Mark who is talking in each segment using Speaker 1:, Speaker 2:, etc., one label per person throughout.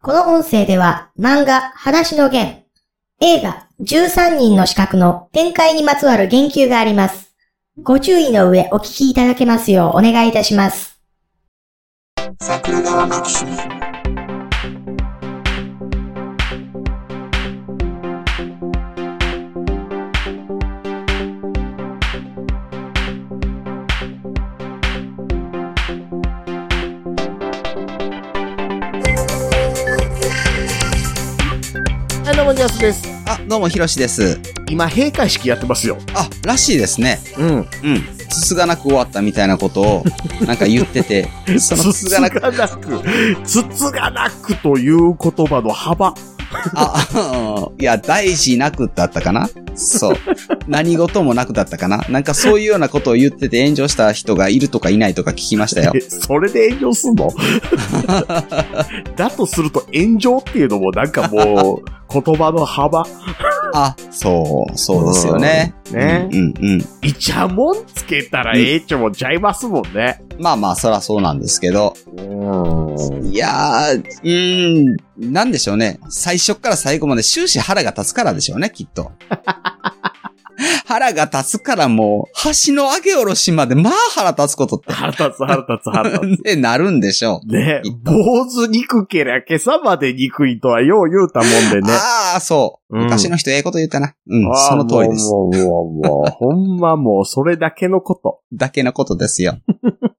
Speaker 1: この音声では漫画、話の弦、映画、13人の資格の展開にまつわる言及があります。ご注意の上お聞きいただけますようお願いいたします。
Speaker 2: 桜川マキシム
Speaker 3: はい、どうも、ニャスです。
Speaker 4: あ、どうも、ひろしです。
Speaker 3: 今、閉会式やってますよ。
Speaker 4: あ、らしいですね。
Speaker 3: う
Speaker 4: う
Speaker 3: ん。
Speaker 4: ん。つつがなく終わったみたいなことを、なんか言ってて、そのつ
Speaker 3: つつ
Speaker 4: つ
Speaker 3: が
Speaker 4: が
Speaker 3: な
Speaker 4: な
Speaker 3: く
Speaker 4: く、。
Speaker 3: つつがなくという言葉の幅。
Speaker 4: あ、あ うんいや、大事なくだったかなそう。何事もなくだったかななんかそういうようなことを言ってて炎上した人がいるとかいないとか聞きましたよ
Speaker 3: え、。それで炎上す んのだとすると炎上っていうのもなんかもう、言葉の幅。
Speaker 4: あ、そう、 そうですよね。
Speaker 3: ね
Speaker 4: う。んうん。
Speaker 3: いちゃもんつけたらええちょもんちゃいますもんね。
Speaker 4: まあまあ、そらそうなんですけど。
Speaker 3: うん。
Speaker 4: いやー、うーん、なんでしょうね。最初から最後まで終始腹が立つからでしょうね、きっと。 腹が立つからもう、橋の上げ下ろしまで、まあ腹立つこと っ
Speaker 3: 腹立つ腹立つ腹 立つ。
Speaker 4: てなるんでしょう。
Speaker 3: ね
Speaker 4: きっと
Speaker 3: 坊主憎けりゃ今朝まで憎いとはよう言うたもんでね。
Speaker 4: ああ、そう。
Speaker 3: うん
Speaker 4: 昔の人ええこと言ったな。うん、
Speaker 3: あー
Speaker 4: その通りです。
Speaker 3: もう、もう、もう、もう、ほんまもう、それだけのこと。
Speaker 4: だけのことです よ。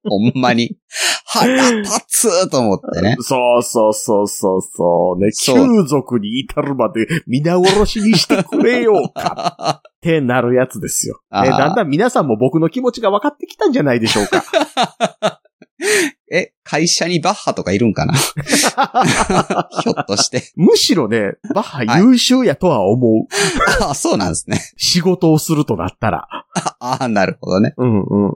Speaker 4: ほんまに。腹立つーと思って ね。
Speaker 3: そうそうそうそうそう。ね、
Speaker 4: そう
Speaker 3: 旧族に至るまで皆殺しにしてくれようか ってなるやつですよ。
Speaker 4: あー
Speaker 3: ね、だんだん皆さんも僕の気持ちが分かってきたんじゃないでしょう か。
Speaker 4: え、会社にバッハとかいるんか なひょっとして。
Speaker 3: むしろね、バッハ優秀やとは思う。
Speaker 4: ああ、そうなんですね。
Speaker 3: 仕事をするとなったら。
Speaker 4: ああ、なるほどね。
Speaker 3: うんうんうん。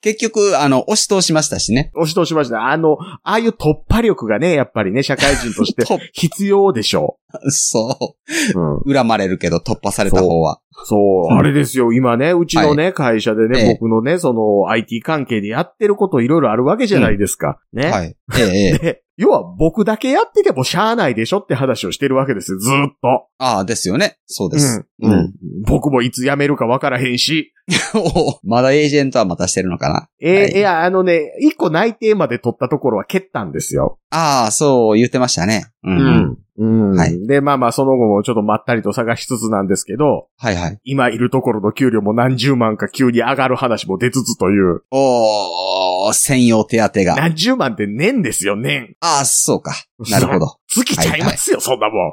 Speaker 4: 結局、あの、押し通しましたしね。
Speaker 3: 押し通しました。あの、ああいう突破力がね、やっぱりね、社会人として
Speaker 4: 突
Speaker 3: 必要でしょ。
Speaker 4: そう
Speaker 3: うん。
Speaker 4: う。恨まれるけど、突破された方は。
Speaker 3: そう、
Speaker 4: うん
Speaker 3: あれですよ。今ね、うちのね、会社でね、
Speaker 4: ええ
Speaker 3: 僕のね、その IT 関係でやってることいろいろあるわけじゃないですか。ね。
Speaker 4: はい。ええ、ええ。
Speaker 3: で、要は僕だけやっててもしゃあないでしょって話をしてるわけですよ。ずーっと。
Speaker 4: ああ、ですよね。そうです。
Speaker 3: うん。
Speaker 4: うん
Speaker 3: 僕もいつ辞めるかわからへんし。
Speaker 4: おまだエージェントはまたしてるのかな。
Speaker 3: えー
Speaker 4: はい
Speaker 3: いや、あのね、一個内定まで取ったところは蹴ったんですよ。
Speaker 4: ああ、そう言ってましたね。うん。
Speaker 3: うん。
Speaker 4: は
Speaker 3: で、まあまあ、その後もちょっとまったりと探しつつなんですけど、
Speaker 4: はいはい。
Speaker 3: 今いるところの給料も何十万か急に上がる話も出つつという、
Speaker 4: おー、専用手当てが。
Speaker 3: 何十万って年ですよ、年。
Speaker 4: ああ、そうか。なるほ ど。
Speaker 3: 尽きちゃいますよ、そん なもん。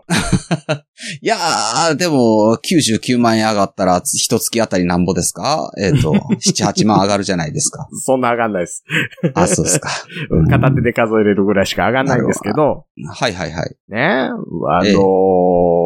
Speaker 4: いやー、でも、99万円上がったら、一月あたりなんぼですかえっ、と、7、8万上 がるじゃないですか。
Speaker 3: そんな上がんないです。
Speaker 4: あそうですか。うん
Speaker 3: 片手で数えれるぐらいしか上がんないんですけど、
Speaker 4: はいはいはい。
Speaker 3: ね、あのー
Speaker 4: ええ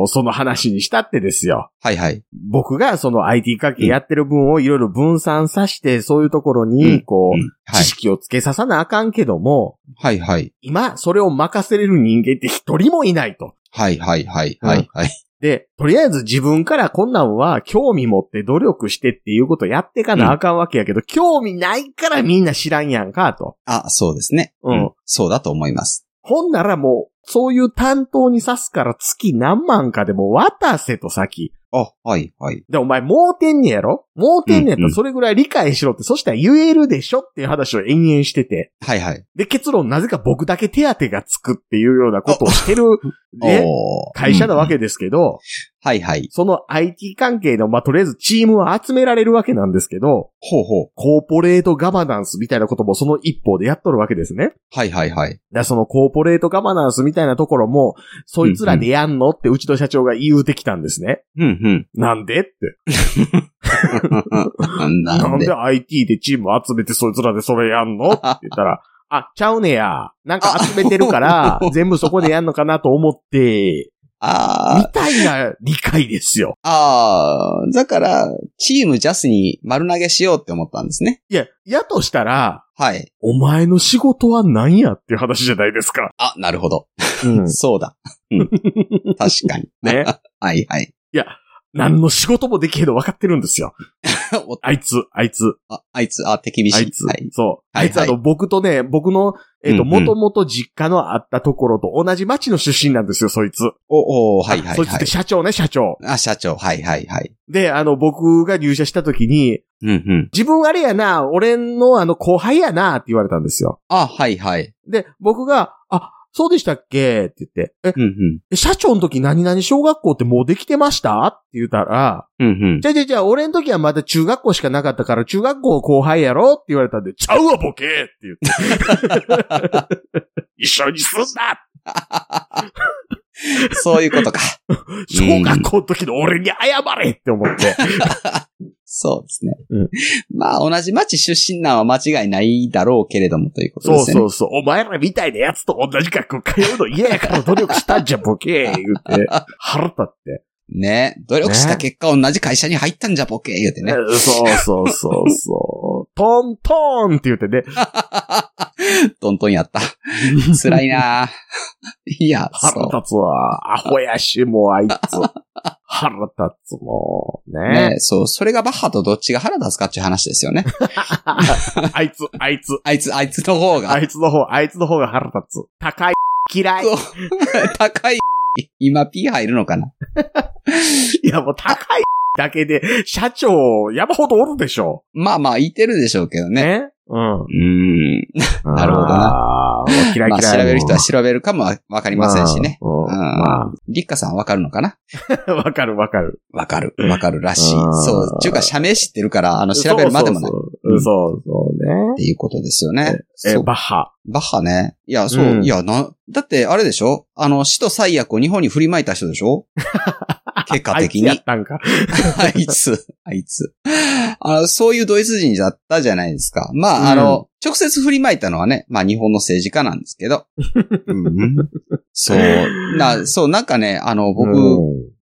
Speaker 3: その話にしたってですよ。
Speaker 4: はいはい。
Speaker 3: 僕がその IT 関係やってる分をいろいろ分散させて、そういうところに、こ
Speaker 4: う
Speaker 3: う、
Speaker 4: んは
Speaker 3: 知
Speaker 4: い。
Speaker 3: 識をつけささなあかんけども、
Speaker 4: はいはい。
Speaker 3: 今、それを任せれる人間って一人もいないと。
Speaker 4: はいはいはいはいはい。
Speaker 3: で、とりあえず自分からこんなんは興味持って努力してっていうことやってかなあかんわけやけど、興味ないからみんな知らんやんか、と。
Speaker 4: あ、そうですね。
Speaker 3: うん。
Speaker 4: そうだと思います。
Speaker 3: ほんならもう、そういう担当に刺すから月何万かでも渡せと先。
Speaker 4: あ、はい、はい。
Speaker 3: で、お前、盲点にやろ盲点にやったらそれぐらい理解しろって、そしたら言えるでしょっていう話を延々してて。
Speaker 4: はい、はい。
Speaker 3: で、結論、なぜか僕だけ手当がつくっていうようなことをしてる、ね、
Speaker 4: おー
Speaker 3: 会社なわ。
Speaker 4: うん
Speaker 3: けですけど、
Speaker 4: はい、はい。
Speaker 3: その IT 関係の、まあ、とりあえずチームは集められるわけなんですけど、
Speaker 4: ほうほう。
Speaker 3: コーポレートガバナンスみたいなこともその一方でやっとるわけですね。
Speaker 4: はい、はい、はい。
Speaker 3: だからそのコーポレートガバナンスみたいなところも、そいつらでやんのってうちの社長が言うてきたんですね。
Speaker 4: うん、
Speaker 3: なんでって。
Speaker 4: うん。な
Speaker 3: なんん
Speaker 4: で
Speaker 3: で。IT でチーム集めてそいつらでそれやんのって言った ら、あ、ちゃうねや。なんか集めてる から、全部そこでやんのかなと思って、み
Speaker 4: あー
Speaker 3: たいな理解ですよ。
Speaker 4: あー、だから、チームジャスに丸投げしようって思ったんですね。
Speaker 3: いや、やとしたら、
Speaker 4: はい。
Speaker 3: お前の仕事は何やっていう話じゃないですか。
Speaker 4: あ、なるほど。
Speaker 3: うん。
Speaker 4: そうだ。うん確かに。
Speaker 3: ね。
Speaker 4: はい、はい。
Speaker 3: 何の仕事もできへんの分かってるんですよ。
Speaker 4: おっと
Speaker 3: あいつ、あいつ、
Speaker 4: ああいつ、あ、手厳しい。
Speaker 3: あいつ
Speaker 4: はい。、
Speaker 3: そう。
Speaker 4: は
Speaker 3: あ
Speaker 4: い
Speaker 3: いつ、あ
Speaker 4: は
Speaker 3: の、僕とね、僕の、えっと、
Speaker 4: うんう
Speaker 3: も
Speaker 4: ん
Speaker 3: ともと実家のあったところと同じ町の出身なんですよ、そいつ。
Speaker 4: お、おはいはい
Speaker 3: そいつっ
Speaker 4: は
Speaker 3: て
Speaker 4: い。
Speaker 3: 社長ね、社長。
Speaker 4: あ、社長、はいはいはい。
Speaker 3: で、あの、僕が入社した時に、
Speaker 4: うんうん。
Speaker 3: 自分あれやな、俺のあの、後輩やな、って言われたんですよ。
Speaker 4: あ、はいはい。
Speaker 3: で、僕が、あ、そうでしたっけって言って、え
Speaker 4: うんうん。
Speaker 3: え、社長の時何々小学校ってもうできてましたって言ったら、
Speaker 4: うんうん。
Speaker 3: じゃあじゃあじゃあ俺の時はまだ中学校しかなかったから中学校後輩やろって言われたんで、ちゃうわボケって言って。 一緒にすんな
Speaker 4: そういうことか。
Speaker 3: 小学校の時の俺に謝れって思って。
Speaker 4: そうですね。
Speaker 3: うん
Speaker 4: まあ、同じ町出身なんは間違いないだろうけれどもということ
Speaker 3: そ
Speaker 4: で
Speaker 3: う
Speaker 4: すね。
Speaker 3: そうそう。お前らみたいなやつと同じ学校通うの嫌やから努力したんじゃんボケ言 って。腹立って。
Speaker 4: ね。努力した結果、同じ会社に入ったんじゃボケ、言うてね。
Speaker 3: そうそうそうそう。 トントンって言ってね。
Speaker 4: トントンや った。辛いなぁいや、
Speaker 3: 腹
Speaker 4: そ
Speaker 3: 立つわ。アホやし、もう あいつ。腹立つもん
Speaker 4: う。
Speaker 3: ね。
Speaker 4: ね、そう、それがバッハとどっちが腹立つかっていう話ですよ ね。
Speaker 3: あいつ、あいつ、
Speaker 4: あいつ、あいつの方が。
Speaker 3: あいつの方、あいつの方が腹立つ。高い、嫌い。
Speaker 4: 高い。今 P 入るのかない
Speaker 3: や、もう高いだけで、社長、山ほどおるでしょ。
Speaker 4: まあまあ、いてるでしょうけどね。
Speaker 3: ね。うん。
Speaker 4: うーん。なるほど
Speaker 3: な。嫌い嫌い。
Speaker 4: まあ、調べる人は調べるかもわわかりませんしね。
Speaker 3: うん。
Speaker 4: うん。
Speaker 3: ま
Speaker 4: リッカさんわかるのかな
Speaker 3: あ、 わかるわかる。
Speaker 4: わかる。わかるらしい。
Speaker 3: うん
Speaker 4: そう。ちゅうか、社名知ってるから、あの、調べるまでもない。っ
Speaker 3: そうそうそううん。そう
Speaker 4: ていうことですよね。
Speaker 3: そうね。え、
Speaker 4: そう
Speaker 3: バッハ。
Speaker 4: バッハね。いや、そう。
Speaker 3: うん
Speaker 4: いや、な、だって、あれでしょあの、死と最悪を日本に振りまいた人でしょ 結果
Speaker 3: あいつ
Speaker 4: 的に。
Speaker 3: や
Speaker 4: あ
Speaker 3: ったんか。
Speaker 4: いつ、あいつ。あの、そういうドイツ人だったじゃないですか。まあ、あの、直接振りまいたのはね、まあ、日本の政治家なんですけど。 うんそう。な、そう、なんかね、あの、僕、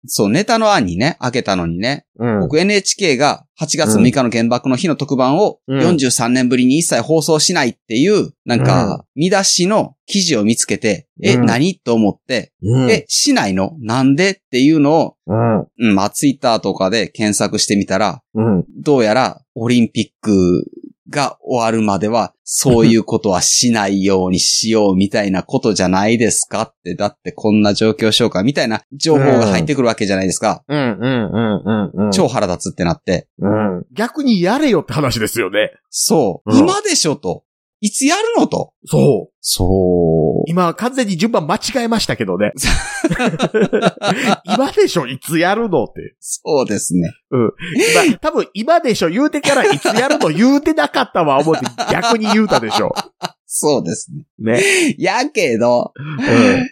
Speaker 4: そう、ネタの案にね、あげたのにね、
Speaker 3: うん、うん。
Speaker 4: 僕 NHK が8月6日の原爆の日の特番を
Speaker 3: うん
Speaker 4: 43年ぶりに一切放送しないっていう、なんか、見出しの記事を見つけて、え、
Speaker 3: うん
Speaker 4: 何と思って、
Speaker 3: うん
Speaker 4: え、しないのなんでっていうのを、
Speaker 3: うん。
Speaker 4: うん、まあ、ツイッターとかで検索してみたら、
Speaker 3: うん。
Speaker 4: どうやらオリンピックが終わるまでは、そういうことはしないようにしようみたいなことじゃないですかって、だってこんな状況紹介みたいな情報が入ってくるわけじゃないですか。
Speaker 3: うん、うん、うん、うん。
Speaker 4: 超腹立つってなって。
Speaker 3: うん。逆にやれよって話ですよね。
Speaker 4: そう。
Speaker 3: うん
Speaker 4: 今でしょと。いつやるのと。
Speaker 3: そう。
Speaker 4: そう。
Speaker 3: 今、完全に順番間違えましたけどね。 今でしょいつやるのって。
Speaker 4: そうですね。
Speaker 3: 今、多分今でしょ言うてからいつやるの言うてなかったわ思って逆に言うたでしょ。
Speaker 4: そうですね。
Speaker 3: ね。
Speaker 4: やけど、
Speaker 3: うん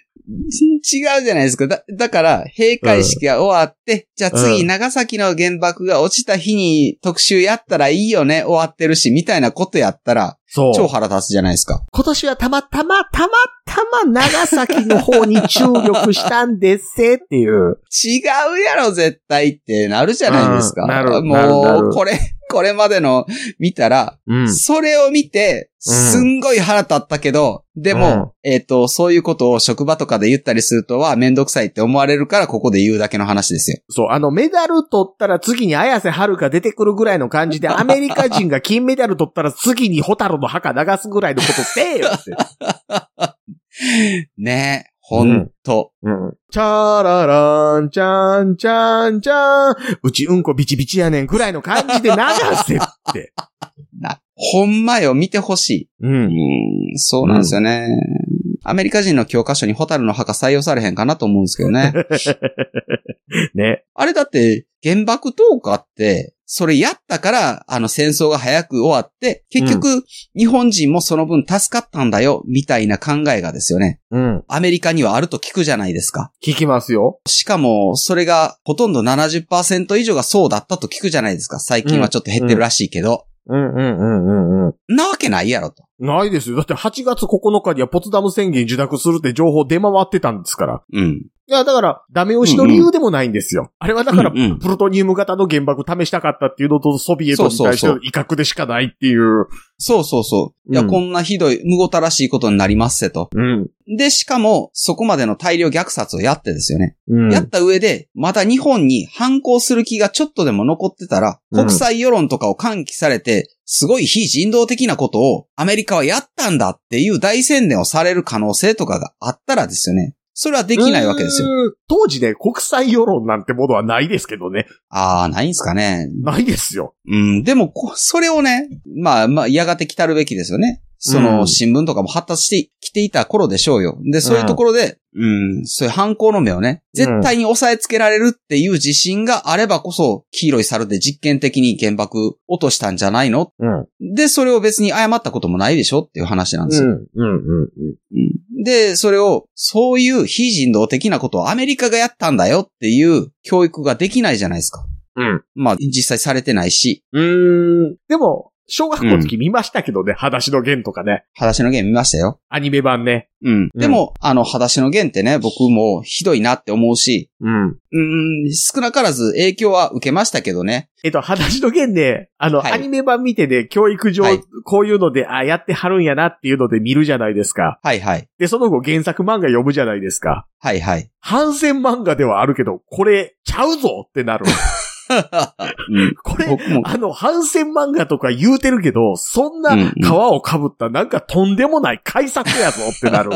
Speaker 4: ち違うじゃないですか。だ、だから、閉会式が終わって、じゃあ次、
Speaker 3: うん
Speaker 4: 長崎の原爆が落ちた日に特集やったらいいよね、終わってるし、みたいなことやったら、
Speaker 3: そう。
Speaker 4: 超腹立つじゃないですか。
Speaker 3: 今年はたまたま、たまたま長崎の方に注力したんですせっていう。
Speaker 4: 違うやろ、絶対ってなるじゃないですか。
Speaker 3: うんなるなるな
Speaker 4: も
Speaker 3: る
Speaker 4: う、これ、 これまでの見たら、
Speaker 3: うん
Speaker 4: それを見て、
Speaker 3: うん
Speaker 4: すんごい腹立ったけど、でも、えっ、と、そういうことを職場とかで言ったりするとは、めんどくさいって思われるから、ここで言うだけの話ですよ。
Speaker 3: そう、あの、メダル取ったら次に綾瀬はるか出てくるぐらいの感じで、アメリカ人が金メダル取ったら次にホタルの墓流すぐらいのことせえよって。
Speaker 4: ねえ、ほんと。
Speaker 3: うん。チャララン、チャン、チャン、チャン、うちうんこビチビチやねんぐらいの感じで流せって。
Speaker 4: なほんまよ、見てほし
Speaker 3: う。
Speaker 4: い。うんん、そうなんですよね。アメリカ人の教科書にホタルの墓採用されへんかなと思うんですけど ね。
Speaker 3: ね。
Speaker 4: あれだって、原爆投下って、それやったから、あの戦争が早く終わって、結局、日本人もその分助かったんだよ、みたいな考えがですよね。
Speaker 3: うん。
Speaker 4: アメリカにはあると聞くじゃないですか。
Speaker 3: 聞きますよ。
Speaker 4: しかも、それがほとんど70%以上がそうだったと聞くじゃないですか。最近はちょっと減ってるらしいけど。
Speaker 3: うんうんうんうんうん。
Speaker 4: なわけないやろと。
Speaker 3: ないですよ。だって8月9日にはポツダム宣言受諾するって情報出回ってたんですから。
Speaker 4: うん。
Speaker 3: いや、だから、ダメ押しの理由でもないんですよ。あれはだから、
Speaker 4: うんうん
Speaker 3: プルトニウム型の原爆試したかったっていうのと、ソビエトに対しての威嚇でしかないっていう。
Speaker 4: そうそうそう。いや、
Speaker 3: うん
Speaker 4: こんなひどい、無ごたらしいことになりますせと。
Speaker 3: うん。
Speaker 4: で、しかも、そこまでの大量虐殺をやってですよね。
Speaker 3: うん。
Speaker 4: やった上で、また日本に反抗する気がちょっとでも残ってたら、
Speaker 3: うん
Speaker 4: 国際世論とかを喚起されて、すごい非人道的なことをアメリカはやったんだっていう大宣伝をされる可能性とかがあったらですよね。それはできないわけですよ。
Speaker 3: よ。当時ね、国際世論なんてものはないですけどね。
Speaker 4: あー、ないんすかね。
Speaker 3: ないですよ。
Speaker 4: うん、でもこ、それをね、まあまあ、やがて来たるべきですよね。そうの、
Speaker 3: ん
Speaker 4: 新聞とかも発達してきていた頃でしょうよ。で、そういうところで、うん、そういう犯行の目をね、絶対に抑えつけられるっていう自信があればこそ、黄色い猿で実験的に原爆落としたんじゃないの
Speaker 3: うん。
Speaker 4: で、それを別に謝ったこともないでしょっていう話なんですよ。
Speaker 3: ん。うん。
Speaker 4: うんで、それを、そういう非人道的なことをアメリカがやったんだよっていう教育ができないじゃないですか。
Speaker 3: うん。
Speaker 4: まあ、実際されてないし、
Speaker 3: うん。うん。でも、小学校の時見ましたけどね、裸足の弦とかね。
Speaker 4: 裸足のゲーム見ましたよ。
Speaker 3: アニメ版ね。
Speaker 4: うん。でも、あの、裸足の弦ってね、僕もひどいなって思うし、
Speaker 3: うん。
Speaker 4: うーん、少なからず影響は受けましたけどね。
Speaker 3: えっと、裸足の弦ね、あの、
Speaker 4: はい
Speaker 3: アニメ版見てね、教育上、
Speaker 4: はい
Speaker 3: こういうので、あ、やってはるんやなっていうので見るじゃないですか。
Speaker 4: はいはい。
Speaker 3: で、その後原作漫画読むじゃないですか。
Speaker 4: はいはい。
Speaker 3: 反戦漫画ではあるけど、これ、ちゃうぞっ てなる。
Speaker 4: うん
Speaker 3: これ、
Speaker 4: 僕も、
Speaker 3: あの、反戦漫画とか言うてるけど、そんな
Speaker 4: うんうん
Speaker 3: 皮を被ったなんかとんでもない改作やぞってなる。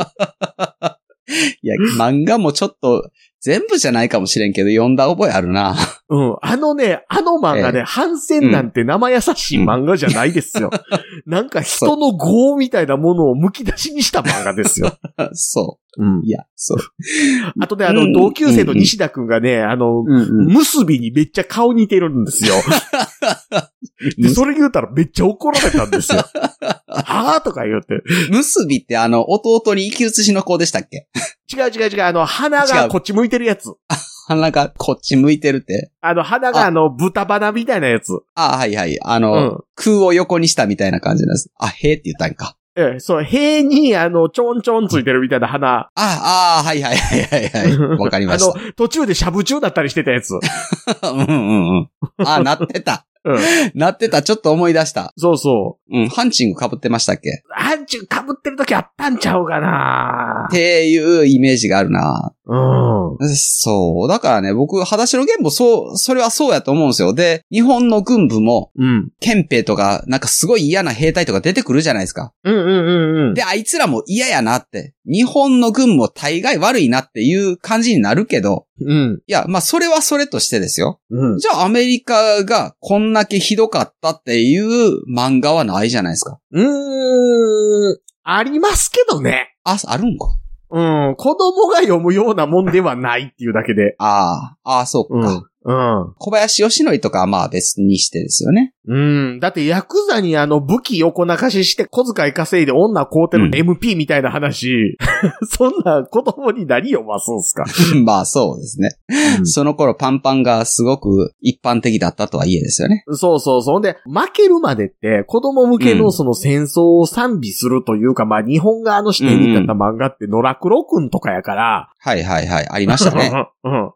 Speaker 4: いや、漫画もちょっと、全部じゃないかもしれんけど、読んだ覚えあるな。
Speaker 3: うん。あのね、あの漫画
Speaker 4: え
Speaker 3: ね、反戦なんて生優しい漫画じゃないですよ。なんか人の業みたいなものを剥き出しにした漫画ですよ。
Speaker 4: そ
Speaker 3: うん
Speaker 4: う。い。や、そう。
Speaker 3: あとね、あ
Speaker 4: う
Speaker 3: の、
Speaker 4: ん
Speaker 3: 同級生の西田くんがね、あの、
Speaker 4: うん
Speaker 3: 結びにめっちゃ顔似てるんですよ。 で、それ言うたらめっちゃ怒られたんですよ。はぁとか言うて。
Speaker 4: 結びってあの、弟に生き写しの子でしたっけ
Speaker 3: 違う違う違う、あの、鼻
Speaker 4: 違
Speaker 3: が
Speaker 4: う
Speaker 3: こっち向いてるやつ。
Speaker 4: 鼻がこっち向いてるって。
Speaker 3: あの、鼻
Speaker 4: あ
Speaker 3: があの、豚鼻みたいなやつ。
Speaker 4: あはいはい。あ
Speaker 3: う
Speaker 4: の、
Speaker 3: ん。
Speaker 4: 空を横にしたみたいな感じなんです。あ、へーって言ったんか。
Speaker 3: ええ、そう、塀に、あの、ちょんちょんついてるみたいな鼻。
Speaker 4: ああ、はいはいはいはいはい。わかりま
Speaker 3: あ
Speaker 4: した。
Speaker 3: の、途中でしゃぶ中だったりしてたやつ。
Speaker 4: うんうんうん。 あ、なってた。
Speaker 3: うん。
Speaker 4: なってた。ちょっと思い出した。
Speaker 3: そうそ
Speaker 4: うん。ハンチング被ってましたっけ
Speaker 3: う。ハンチュ被ってる時あったんちゃうかな
Speaker 4: っていうイメージがあるな
Speaker 3: うん。
Speaker 4: そう。だからね、僕、裸足のゲームもそう、それはそうやと思うんですよ。で、日本の軍部も、
Speaker 3: うん。
Speaker 4: 憲兵とか、なんかすごい嫌な兵隊とか出てくるじゃないですか。
Speaker 3: うんうんうんうん。
Speaker 4: で、あいつらも嫌やなって。日本の軍も大概悪いなっていう感じになるけど、
Speaker 3: うん。
Speaker 4: いや、まあ、それはそれとしてですよ。
Speaker 3: うん。
Speaker 4: じゃあアメリカがこんだけひどかったっていう漫画はないじゃないですか。
Speaker 3: うーん。ありますけどね。
Speaker 4: あ、あるんか。
Speaker 3: うん。子供が読むようなもんではないっていうだけで。
Speaker 4: ああ、ああ、そう
Speaker 3: う
Speaker 4: か。
Speaker 3: ん。うん。
Speaker 4: 小林義則とかはまあ別にしてですよね。
Speaker 3: うん。だって、ヤクザにあの、武器横流しして、小遣い稼いで女買うて
Speaker 4: う
Speaker 3: る
Speaker 4: ん
Speaker 3: MP みたいな話。 そんな子供に何読ますんすか。
Speaker 4: まあそうですね。その頃パンパンがすごく一般的だったとはいえですよね。
Speaker 3: そうそうそう。ほんで、負けるまでって、子供向け
Speaker 4: うん
Speaker 3: のその戦争を賛美するというか、まあ、日本側の視点に立った漫画って、野良黒くんとかやから、
Speaker 4: はいはいはい。ありました ね。
Speaker 3: うん。
Speaker 4: うん。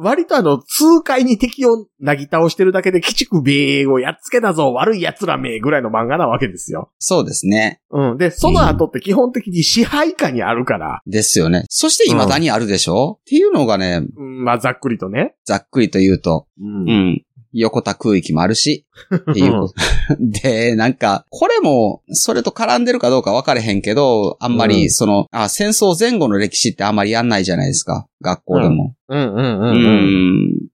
Speaker 3: 割とあの、痛快に敵をなぎ倒してるだけで、鬼畜米英をやっつけたぞ、悪い奴らめ、ぐらいの漫画なわけですよ。
Speaker 4: そうですね。
Speaker 3: うん。で、その後って基本的に支配下にあるから、
Speaker 4: ですよね。そして未だにあるでしょ、っていうのがね、
Speaker 3: うん、まあ、ざっくりとね。
Speaker 4: ざっくりと言うと、
Speaker 3: うん
Speaker 4: う。ん。横田空域もあるし、っていうこと。 で、なんか、これも、それと絡んでるかどうか分かれへんけど、あんま
Speaker 3: う
Speaker 4: り、
Speaker 3: ん
Speaker 4: その、あ、戦争前後の歴史ってあんまりやんないじゃないですか。学校でも。
Speaker 3: うんうん
Speaker 4: う。
Speaker 3: うん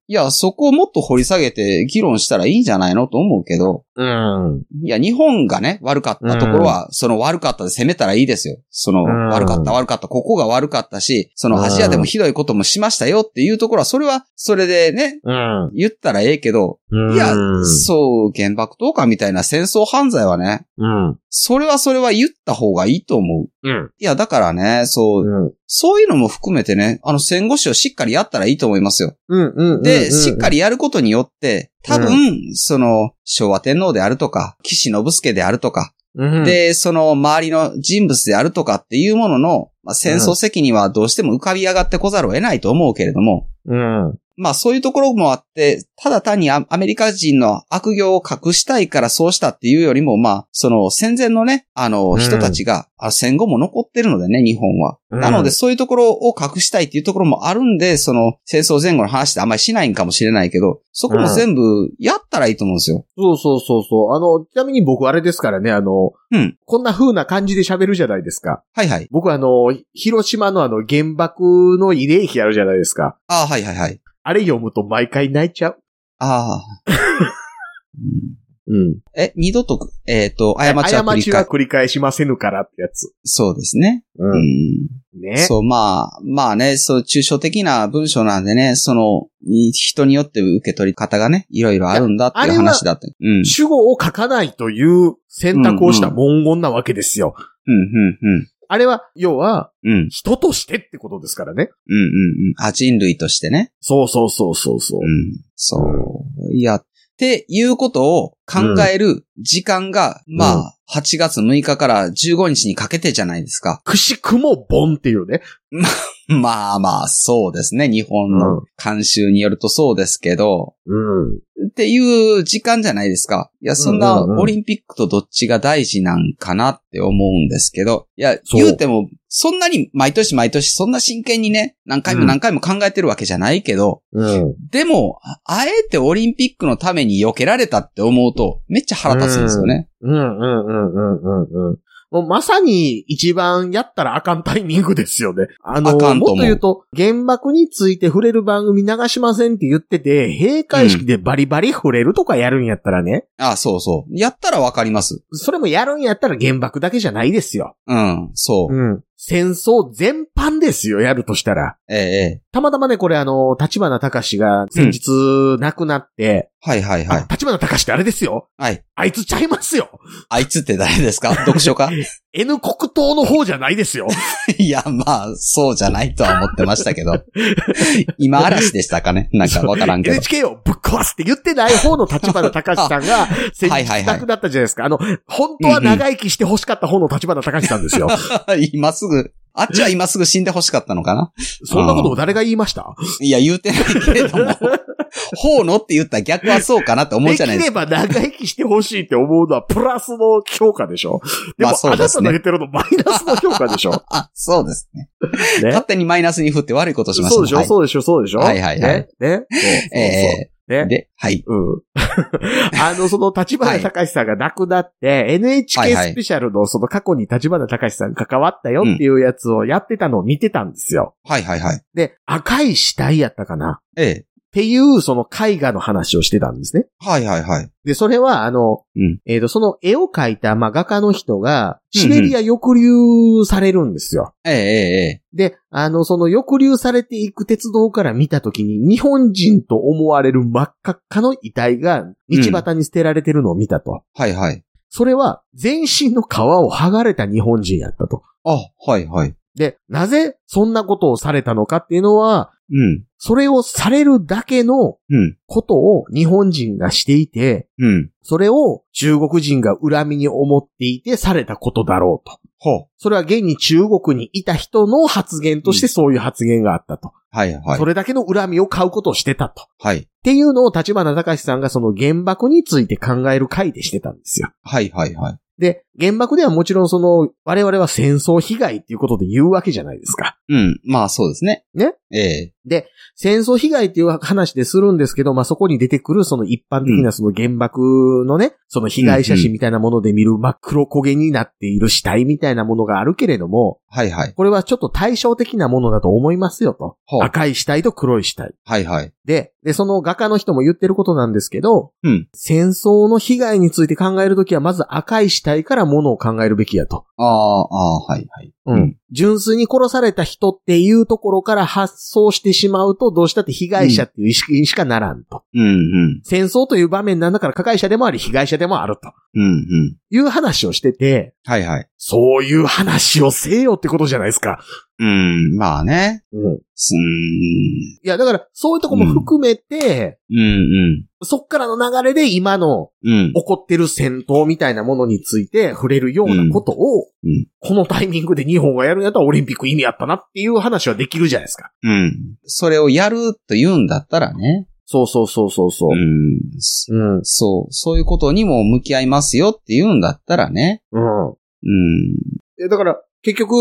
Speaker 4: いや、そこをもっと掘り下げて議論したらいいんじゃないのと思うけど、
Speaker 3: うん。
Speaker 4: いや、日本がね、悪かったところは、その悪かったで攻めたらいいですよ。その、
Speaker 3: うん
Speaker 4: 悪かった悪かった、ここが悪かったし、そのアジアでもひどいこともしましたよっていうところは、それは、それでね、
Speaker 3: うん。
Speaker 4: 言ったらええけど、
Speaker 3: うん。
Speaker 4: いや、そう、原爆投下みたいな戦争犯罪はね、
Speaker 3: うん。
Speaker 4: それはそれは言った方がいいと思う。
Speaker 3: うん。
Speaker 4: いや、だからね、そう、
Speaker 3: うん。
Speaker 4: そういうのも含めてね、あの戦後史をしっかりやったらいいと思いますよ。
Speaker 3: うんうん。
Speaker 4: で、しっか
Speaker 3: り。
Speaker 4: りやることによって、多分、その、昭和天皇であるとか、岸信介であるとか、
Speaker 3: うん、
Speaker 4: で、その周りの人物であるとかっていうものの、まあ、戦争責任はどうしても浮かび上がってこざるを得ないと思うけれども、
Speaker 3: うん。
Speaker 4: まあそういうところもあって、ただ単にアアメリカ人の悪行を隠したいからそうしたっていうよりも、まあ、その戦前のね、あ
Speaker 3: う
Speaker 4: の
Speaker 3: ん
Speaker 4: 人たちが、あ戦後も残ってるのでね、日本は。
Speaker 3: うん
Speaker 4: なのでそういうところを隠したいっていうところもあるんで、その戦争前後の話ってあんまりしないんかもしれないけど、そこも全部やったらいいと思うんですよ。
Speaker 3: そうそうそうそう。あの、ちなみに僕あれですからね、あの、
Speaker 4: うん
Speaker 3: こんな風な感じで喋るじゃないですか。
Speaker 4: はいはい。
Speaker 3: 僕あの、広島のあの原爆の慰霊碑あるじゃないですか。
Speaker 4: ああ、はいはいはい。
Speaker 3: あれ読むと毎回泣いちゃう。
Speaker 4: ああ。
Speaker 3: うん。
Speaker 4: え、二度と、えっ、と、過ちは繰
Speaker 3: 過
Speaker 4: り
Speaker 3: ち
Speaker 4: 返
Speaker 3: は繰り返しませぬからってやつ。
Speaker 4: そうですね。
Speaker 3: う。
Speaker 4: うんん
Speaker 3: ね。
Speaker 4: そう、まあ、まあね、そう、抽象的な文章なんでね、その、い人によって受け取り方がね、いろいろあるんだって
Speaker 3: いやあ
Speaker 4: い
Speaker 3: れ
Speaker 4: う
Speaker 3: は
Speaker 4: 話だって。うん。うん、
Speaker 3: 主語を書かないという選択をした文言なわけですよ。
Speaker 4: うん、うん。
Speaker 3: あれは、要は、
Speaker 4: うん、
Speaker 3: 人としてってことですからね。
Speaker 4: うん、うん。うんあ、人類としてね。
Speaker 3: そうそうそうそうそう
Speaker 4: う。ん。そう。いや、っていうことを考える時間が、まあ、8月6日から15日にかけてじゃないですか。
Speaker 3: くしくもボンっていうね。
Speaker 4: まあまあ、そうですね。日本
Speaker 3: う
Speaker 4: の
Speaker 3: ん
Speaker 4: 慣習によるとそうですけど、
Speaker 3: うん。
Speaker 4: っていう時間じゃないですか。いや、そんな
Speaker 3: うんうんうん
Speaker 4: オリンピックとどっちが大事なんかなって思うんですけど、いや、
Speaker 3: そう
Speaker 4: 言うても、そんなに毎年毎年そんな真剣にね、何回も何回も考えてるわけじゃないけど、
Speaker 3: うん。
Speaker 4: でも、ああえてオリンピックのために避けられたって思うと、めっちゃ腹立つんですよね。
Speaker 3: うんうんうんうんうんうん。もうまさに一番やったらあかんタイミングですよね。あの、
Speaker 4: あかんと
Speaker 3: もっ
Speaker 4: 思う
Speaker 3: と言うと、原爆について触れる番組流しませんって言ってて、閉会式でバリバリ触れるとかやるんやったらね、
Speaker 4: あそうそう。やったらわかります。
Speaker 3: それもやるんやったら原爆だけじゃないですよ。
Speaker 4: うん、そう。
Speaker 3: うん。戦争全般ですよ、やるとしたら。
Speaker 4: ええええ
Speaker 3: たまたまね、これあの、立花隆が先日亡くなって、
Speaker 4: はいはいはい
Speaker 3: あ。立花隆ってあれですよ。
Speaker 4: はい。
Speaker 3: あいつちゃいますよ。
Speaker 4: あいつって誰です か読書家
Speaker 3: N 国党の方じゃないですよ。
Speaker 4: いや、まあ、そうじゃないとは思ってましたけ ど。今、嵐でしたかねなんかわからんけど。
Speaker 3: NHK をぶっ壊すって言ってない方の立花隆さんが、先
Speaker 4: はいはいは
Speaker 3: 日
Speaker 4: い
Speaker 3: 亡くなったじゃないですか。あの、本当は長生きして欲しかった方の立花隆さんですよ。
Speaker 4: 今すぐ、あっちは今すぐ死んで欲しかったのかな
Speaker 3: そんなことを誰が言いました
Speaker 4: いや、言うてないけれど も、ほうのって言ったら逆はそうかなって思う
Speaker 3: で
Speaker 4: じ
Speaker 3: き
Speaker 4: ゃないです
Speaker 3: れ
Speaker 4: か。
Speaker 3: ば長生きして欲しいって思うのはプラスの評価でしょで
Speaker 4: ま
Speaker 3: も、
Speaker 4: あ
Speaker 3: あ
Speaker 4: そう
Speaker 3: な
Speaker 4: で
Speaker 3: た
Speaker 4: す
Speaker 3: の
Speaker 4: ね
Speaker 3: 言ってるのマイナスの評価でしょ、
Speaker 4: あ、 そうですね。
Speaker 3: ね
Speaker 4: 勝手にマイナスに振って悪いことしました
Speaker 3: そうでしょ、
Speaker 4: はい
Speaker 3: そうでしょそうでしょ
Speaker 4: はいはいはい
Speaker 3: ねねそうそうそう
Speaker 4: ええ
Speaker 3: ね
Speaker 4: で、はい。
Speaker 3: うん。 あの、その、立花隆さんが亡くなって、
Speaker 4: は
Speaker 3: NHK
Speaker 4: いはい
Speaker 3: スペシャルのその過去に立花隆さん関わったよっていうやつをやってたのを見てたんですよ。
Speaker 4: はいはいはい。
Speaker 3: で、赤い死体やったかなっ
Speaker 4: ええ。
Speaker 3: ていう、その絵画の話をしてたんですね。
Speaker 4: はいはいはい。
Speaker 3: で、それは、あの、
Speaker 4: うん
Speaker 3: えっ、と、その絵を描いた、まあ、画家の人が、
Speaker 4: うんう
Speaker 3: シ
Speaker 4: ん
Speaker 3: ベリア抑留されるんですよ。
Speaker 4: ええええ
Speaker 3: で、あの、その抑留されていく鉄道から見たときに、日本人と思われる真っ赤っかの遺体が、道端に捨てられてるのを見たと。
Speaker 4: ええ。はいはい。
Speaker 3: それは全身の皮を剥がれた日本人やったと。
Speaker 4: あ、はいはい。
Speaker 3: で、なぜそんなことをされたのかっていうのは、
Speaker 4: うん。
Speaker 3: それをされるだけの
Speaker 4: うん。
Speaker 3: ことを日本人がしていて、
Speaker 4: うん。
Speaker 3: それを中国人が恨みに思っていてされたことだろうと。
Speaker 4: ほう。
Speaker 3: それは現に中国にいた人の発言としてそういう発言があったと。
Speaker 4: はいはい
Speaker 3: そ。れだけの恨みを買うことをしてたと。っ
Speaker 4: はい。
Speaker 3: ていうのを立花隆さんがその原爆について考える回でしてたんですよ。
Speaker 4: はいはいはい。
Speaker 3: で、原爆ではもちろんその、我々は戦争被害っていうことで言うわけじゃないですか。
Speaker 4: うん。まあそうですね。
Speaker 3: ね
Speaker 4: ええ。
Speaker 3: 戦争被害っていう話でするんですけど、まあ、そこに出てくるその一般的なその原爆のね、その被害写真みたいなもので見る真っ黒焦げになっている死体みたいなものがあるけれども、
Speaker 4: はいはい。
Speaker 3: これはちょっと対照的なものだと思いますよと。
Speaker 4: ほう。
Speaker 3: 赤い死体と黒い死体。
Speaker 4: はいはい。
Speaker 3: で、で、その画家の人も言ってることなんですけど、
Speaker 4: うん
Speaker 3: 戦争の被害について考えるときは、まず赤い死体からものを考えるべきやと。
Speaker 4: ああ、ああー、はいはい。
Speaker 3: うん。純粋に殺された人っていうところから発想してしまうと、どうしたって被害者っていう意識にしかならんと。
Speaker 4: うんうん。
Speaker 3: 戦争という場面なんだから加害者でもあり、被害者でもあると
Speaker 4: うんうん。
Speaker 3: いう話をしてて、
Speaker 4: はいはい。
Speaker 3: そういう話をせよってことじゃないですか。
Speaker 4: うん、まあね。
Speaker 3: うん。
Speaker 4: すん、
Speaker 3: いや、だから、そういうとこも含めて、
Speaker 4: うん、
Speaker 3: そっからの流れで今の
Speaker 4: うん、うん。
Speaker 3: 起こってる戦闘みたいなものについて触れるようなことを、
Speaker 4: うんうん
Speaker 3: このタイミングで日本がやるんやったらオリンピック意味あったなっていう話はできるじゃないですか。
Speaker 4: うん。それをやると言うんだったらね。
Speaker 3: そうそうそうそうそうう。
Speaker 4: ん。
Speaker 3: うん。
Speaker 4: そう、そういうことにも向き合いますよって言うんだったらね。
Speaker 3: うん。
Speaker 4: うん。
Speaker 3: えだから、結局、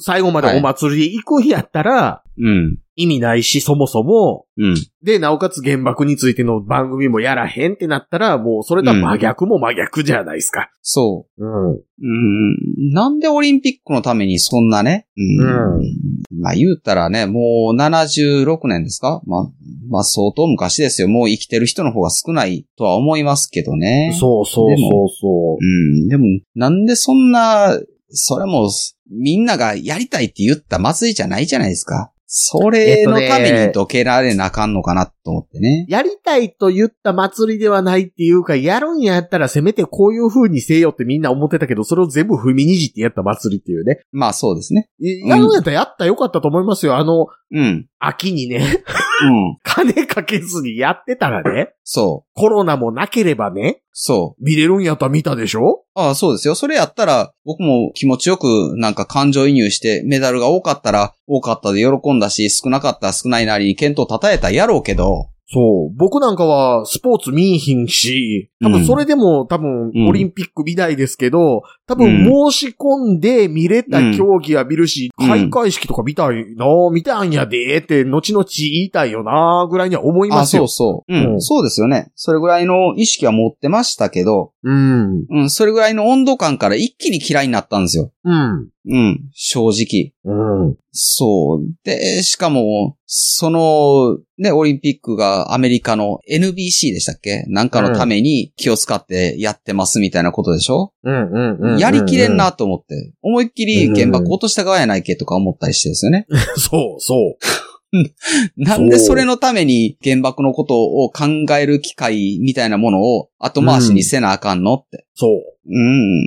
Speaker 3: 最後までお祭り行くんやったら、
Speaker 4: うん。
Speaker 3: 意味ないし、そもそも、
Speaker 4: うん。
Speaker 3: で、なおかつ原爆についての番組もやらへんってなったら、もうそれとは真逆も真逆じゃないですか。
Speaker 4: そ
Speaker 3: うん。
Speaker 4: う。うん。なんでオリンピックのためにそんなね。うん。まあ言うたらね、もう76年ですかまあ、まあ相当昔ですよ。もう生きてる人の方が少ないとは思いますけどね。。
Speaker 3: そうそうそうそう
Speaker 4: ん。でも、なんでそんな、それも、みんながやりたいって言った祭りじゃないじゃないですか。それのため
Speaker 3: えっとね
Speaker 4: にどけられなあかんのかなと思ってね。
Speaker 3: やりたいと言った祭りではないっていうか、やるんやったらせめてこういう風にせよってみんな思ってたけど、それを全部踏みにじってやった祭りっていうね。
Speaker 4: まあそうですね。
Speaker 3: いやるんやったらやったらよかったと思いますよ。あの、
Speaker 4: うん。
Speaker 3: 秋にね、
Speaker 4: うん。
Speaker 3: 金かけずにやってたらね、
Speaker 4: そう。
Speaker 3: コロナもなければね、
Speaker 4: そう。
Speaker 3: 見れるんやったら見たでしょ
Speaker 4: ああ、そうですよ。それやったら、僕も気持ちよく、なんか感情移入して、メダルが多かったら、多かったで喜んだし、少なかったら少ないなりに健闘叩いたらやろうけど、
Speaker 3: そう。僕なんかはスポーツ見いひんし、多
Speaker 4: う
Speaker 3: 分
Speaker 4: ん
Speaker 3: それでも多分
Speaker 4: うん
Speaker 3: オリンピック美大ですけど、多分申し込んで見れた競技は見るし、
Speaker 4: うん
Speaker 3: 開会式とか見たいな、見たんやでって後々言いたいよな、ぐらいには思い
Speaker 4: ああ、
Speaker 3: ます
Speaker 4: そ
Speaker 3: よ
Speaker 4: う。そう。う
Speaker 3: うん
Speaker 4: ん。そうですよね。それぐらいの意識は持ってましたけど、
Speaker 3: うん。
Speaker 4: うん、それぐらいの温度感から一気に嫌いになったんですよ。
Speaker 3: うん。
Speaker 4: うん、正直。
Speaker 3: うん。
Speaker 4: そう。で、しかも、その、ね、オリンピックがアメリカの NBC でしたっけなんかのために気を使ってやってますみたいなことでしょ、
Speaker 3: うん。うん。うん。
Speaker 4: やりきれん。なと思って。思いっきり原爆落とした側やないけとか思ったりしてですよね。
Speaker 3: そう、そう。
Speaker 4: なんでそれのために原爆のことを考える機会みたいなものを後回しにせなあかんのって。
Speaker 3: そう。
Speaker 4: うん。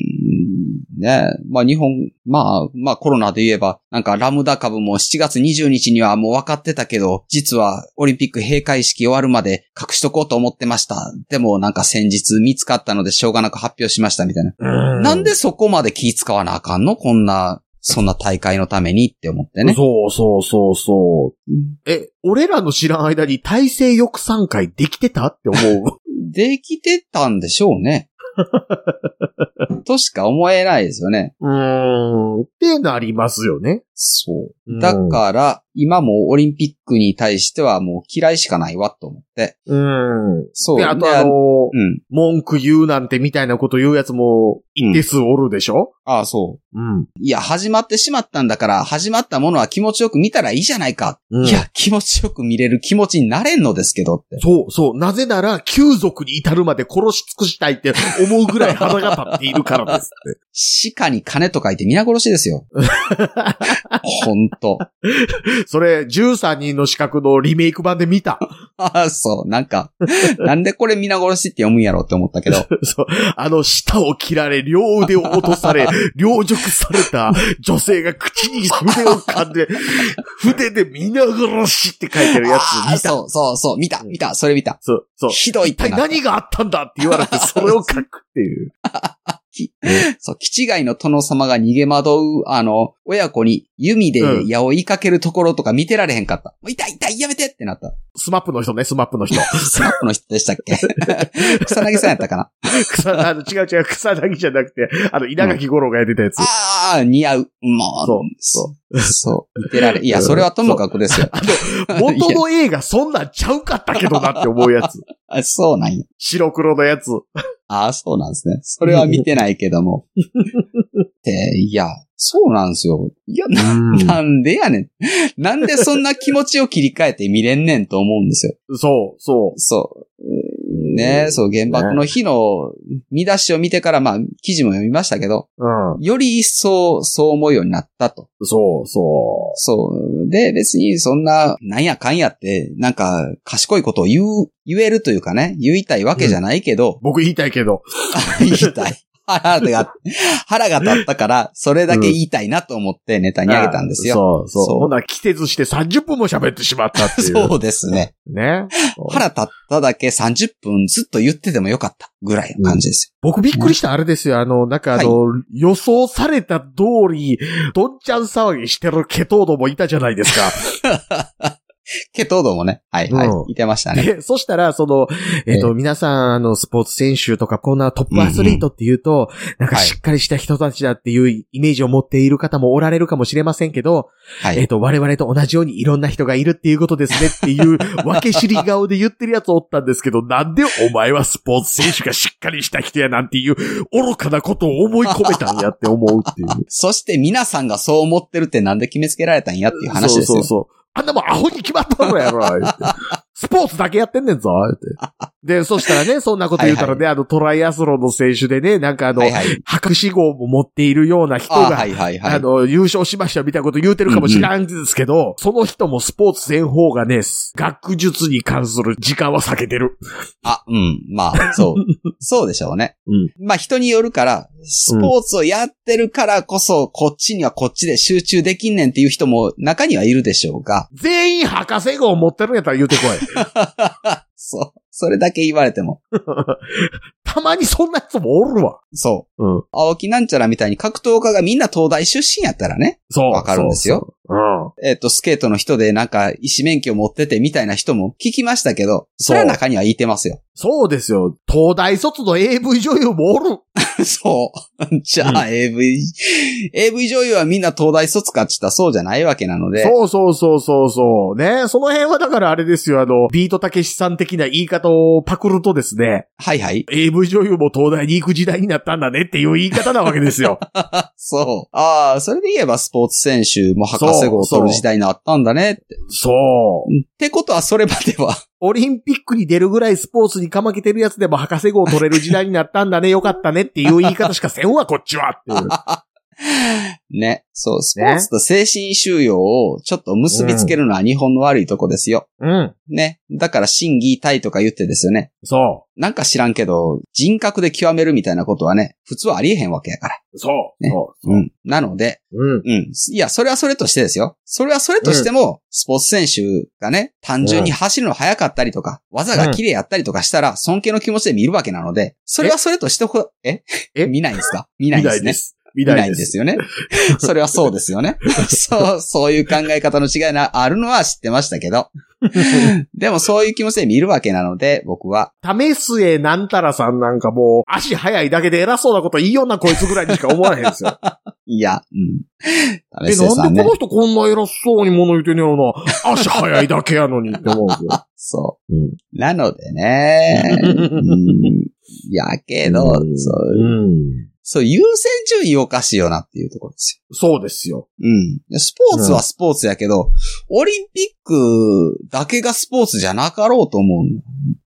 Speaker 4: ねまあ日本、まあ、まあコロナで言えば、なんかラムダ株も7月20日にはもう分かってたけど、実はオリンピック閉会式終わるまで隠しとこうと思ってました。でもなんか先日見つかったのでしょうがなく発表しましたみたいな。
Speaker 3: う
Speaker 4: なんでそこまで気使わなあかんのこんな、そんな大会のためにって思ってね。
Speaker 3: そうそうそうそう
Speaker 4: うん。
Speaker 3: え、俺らの知らん間に体制翼賛会できてたって思う。
Speaker 4: できてたんでしょう ね。としか思えないですよね。
Speaker 3: うーん。ってなりますよね。
Speaker 4: そう。だから、今もオリンピックに対してはもう嫌いしかないわと思って。
Speaker 3: うん。
Speaker 4: そう。
Speaker 3: で、あと
Speaker 4: で
Speaker 3: あのー
Speaker 4: うん。
Speaker 3: 文句言うなんてみたいなこと言うやつも、一定数おるでしょ
Speaker 4: ああ、そう。
Speaker 3: うん。
Speaker 4: いや、始まってしまったんだから、始まったものは気持ちよく見たらいいじゃないか。
Speaker 3: うん
Speaker 4: いや、気持ちよく見れる気持ちになれんのですけどって。
Speaker 3: そうそう。なぜなら、旧族に至るまで殺し尽くしたいって思うぐらい腹が立っているからですって。
Speaker 4: 鹿に金と書いて皆殺しです よ。ほんと。
Speaker 3: それ、13人の資格のリメイク版で見た。
Speaker 4: ああ、そう。なんか、なんでこれ皆殺しって読むんやろって思った けど。
Speaker 3: そう。あの、舌を切られ、両腕を落とされ、両辱された女性が口に筆を噛んで、筆で皆殺しって書いてるやつ
Speaker 4: ああ
Speaker 3: 見た。
Speaker 4: そうそうそう。見た、見た、それ見た。
Speaker 3: そう、そう。
Speaker 4: ひどいっ
Speaker 3: 一
Speaker 4: て
Speaker 3: 体
Speaker 4: なった
Speaker 3: 何があったんだって言われて、それを書くっていう。
Speaker 4: そう、気違いの殿様が逃げ惑う、あの、親子に弓で
Speaker 3: うん
Speaker 4: 矢を追いかけるところとか見てられへんかった。もう痛い痛いやめてってなった。
Speaker 3: スマップの人ね、スマップの人。
Speaker 4: スナップの人でしたっけ 草薙さんやったかな
Speaker 3: 草、あの、違う違う、草薙じゃなくて、あの、稲垣吾郎がやってたやつ。
Speaker 4: ああ、似合う。もう、。
Speaker 3: そう
Speaker 4: そう。見てられ。いや、それはともかくですよ。
Speaker 3: 元の映画そんなんちゃうかったけどなって思うや つ。
Speaker 4: あそうなんや。
Speaker 3: 白黒のやつ。
Speaker 4: ああ、そうなんですね。それは見てないけど も。で、いや、そうなんですよ。いや、ななんでやねん。なんでそんな気持ちを切り替えて見れんねんと思うんですよ。
Speaker 3: そう、そう。
Speaker 4: そう。うんねそう、原爆の日の見出しを見てから、まあ、記事も読みましたけど、
Speaker 3: うん。
Speaker 4: より一層そう思うようになったと。
Speaker 3: そう、そ
Speaker 4: そう。で、別にそんな、なんやかんやって、なんか、賢いことを言う、言えるというかね、言いたいわけじゃないけ
Speaker 3: う。
Speaker 4: ど、
Speaker 3: 僕言いたいけど。
Speaker 4: 言いたい。腹が、腹が立ったから、それだけ言いたいなと思ってネタにあげたんですよ。
Speaker 3: そうそう。
Speaker 4: そう
Speaker 3: ほな、着せずして30分も喋ってしまったっていう。
Speaker 4: そうですね。
Speaker 3: ね。
Speaker 4: 腹立っただけ30分ずっと言っててもよかったぐらいの感じです
Speaker 3: 僕びっくりした、あれですよ。あの、なんかあの、予想された通り、どんちゃん騒ぎしてるケトードもいたじゃないですか。
Speaker 4: よ。けど、どうもね。はい、はい
Speaker 3: うん。
Speaker 4: いてましたね。
Speaker 3: で、そしたら、その、えっ、と、皆さん、あの、スポーツ選手とか、こんなトップアスリートっていうと、なんか
Speaker 4: はい
Speaker 3: しっかりした人たちだっていうイメージを持っている方もおられるかもしれませんけど、
Speaker 4: は
Speaker 3: えっ、
Speaker 4: い。
Speaker 3: と、我々と同じようにいろんな人がいるっていうことですねっていう、分け知り顔で言ってるやつおったんですけど、なんでお前はスポーツ選手がしっかりした人やなんていう、愚かなことを思い込めたんやって思うっていう。
Speaker 4: そして皆さんがそう思ってるってなんで決めつけられたんやっていう話です
Speaker 3: そう
Speaker 4: よ
Speaker 3: そう。そう。あんなもんアホに決まったのやろ、言うてスポーツだけやってんねんぞ、言うて。で、そしたらね、そんなこと言うたらね、あの、トライアスロンの選手でね、なんかあの、
Speaker 4: はいはい。
Speaker 3: 博士号も持っているような人
Speaker 4: あ
Speaker 3: が、
Speaker 4: あはいはいは
Speaker 3: あ
Speaker 4: い。
Speaker 3: の、優勝しましたみたいなこと言うてるかもしらんですけど、その人もスポーツ全方がね、学術に関する時間は避けてる。
Speaker 4: あ、うん。まあ、そう。 そうでしょうね。
Speaker 3: うん
Speaker 4: まあ、人によるから、スポーツをやってるからこそ、こっちにはこっちで集中できんねんっていう人も中にはいるでしょうが、
Speaker 3: 全員博士号を持ってるんやったら言うてこい。
Speaker 4: そう。それだけ言われても。
Speaker 3: たまにそんなやつもおるわ。
Speaker 4: そうう。青木なんちゃらみたいに格闘家がみんな東大出身やったらね。
Speaker 3: そう。
Speaker 4: わかるんですよ
Speaker 3: そう。そううん。
Speaker 4: えっ、と、スケートの人でなんか、医師免許持っててみたいな人も聞きましたけど、それは中にはいてますよ。
Speaker 3: そうですよ。東大卒の AV 女優もおる。
Speaker 4: そう。じゃあ、
Speaker 3: うん
Speaker 4: AV、AV 女優はみんな東大卒かって言ったらそうじゃないわけなので。
Speaker 3: そうそうそうそうそう。ね。その辺はだからあれですよ。あの、ビートたけしさん的な言い方をパクるとですね、
Speaker 4: はいはい。
Speaker 3: AV 女優も東大に行く時代になったんだねっていう言い方なわけです よ。
Speaker 4: そう。ああ、それで言えばスポーツ選手も博士号を取る時代になったんだねって。
Speaker 3: そう。
Speaker 4: ってことはそれまでは、
Speaker 3: オリンピックに出るぐらいスポーツにかまけてるやつでも博士号を取れる時代になったんだね、よかったねっていう言い方しかせんわ、こっちはっていう。
Speaker 4: ね。そう、スポーツと精神収容をちょっと結びつけるのは日本の悪いとこですよ。
Speaker 3: うん。
Speaker 4: ね。だから、審議体とか言ってですよね。
Speaker 3: そ
Speaker 4: なんか知らんけど、人格で極めるみたいなことはね、普通はありえへんわけやから。
Speaker 3: う。そう。
Speaker 4: ね
Speaker 3: そ
Speaker 4: うん。なので、
Speaker 3: う。うん。
Speaker 4: うん。いや、それはそれとしてですよ。それはそれとしても、スポーツ選手がね、単純に走るの早かったりとか、技が綺麗やったりとかしたら、尊敬の気持ちで見るわけなので、それはそれとしてほ、え
Speaker 3: え
Speaker 4: 見ないんですか見ないんですね。
Speaker 3: す。見
Speaker 4: 見な
Speaker 3: ない
Speaker 4: いん
Speaker 3: で。
Speaker 4: ですすよね。 それはそうですよね。そう、そういう考え方の違いがあるのは知ってましたけ ど。でもそういう気持ちで見るわけなので、僕は。
Speaker 3: 為末なんたらさんなんかもう、足早いだけで偉そうなこといいようなこいつぐらいにしか思わへんです よ。
Speaker 4: いや、うん。為
Speaker 3: え、
Speaker 4: 末
Speaker 3: な
Speaker 4: さ
Speaker 3: ん
Speaker 4: ん
Speaker 3: で
Speaker 4: ね
Speaker 3: こ。の人こんな偉そうに物言ってんねやろな。足早いだけやのにって思うんですよ。
Speaker 4: そう。
Speaker 3: うん
Speaker 4: なのでね。うんいや、けど、 そう、
Speaker 3: うん。
Speaker 4: そう、優先順位おかしいよなっていうところです
Speaker 3: そうですよ。
Speaker 4: よ。うん。スポーツはスポーツやけど、オリンピックだけがスポーツじゃなかろうと思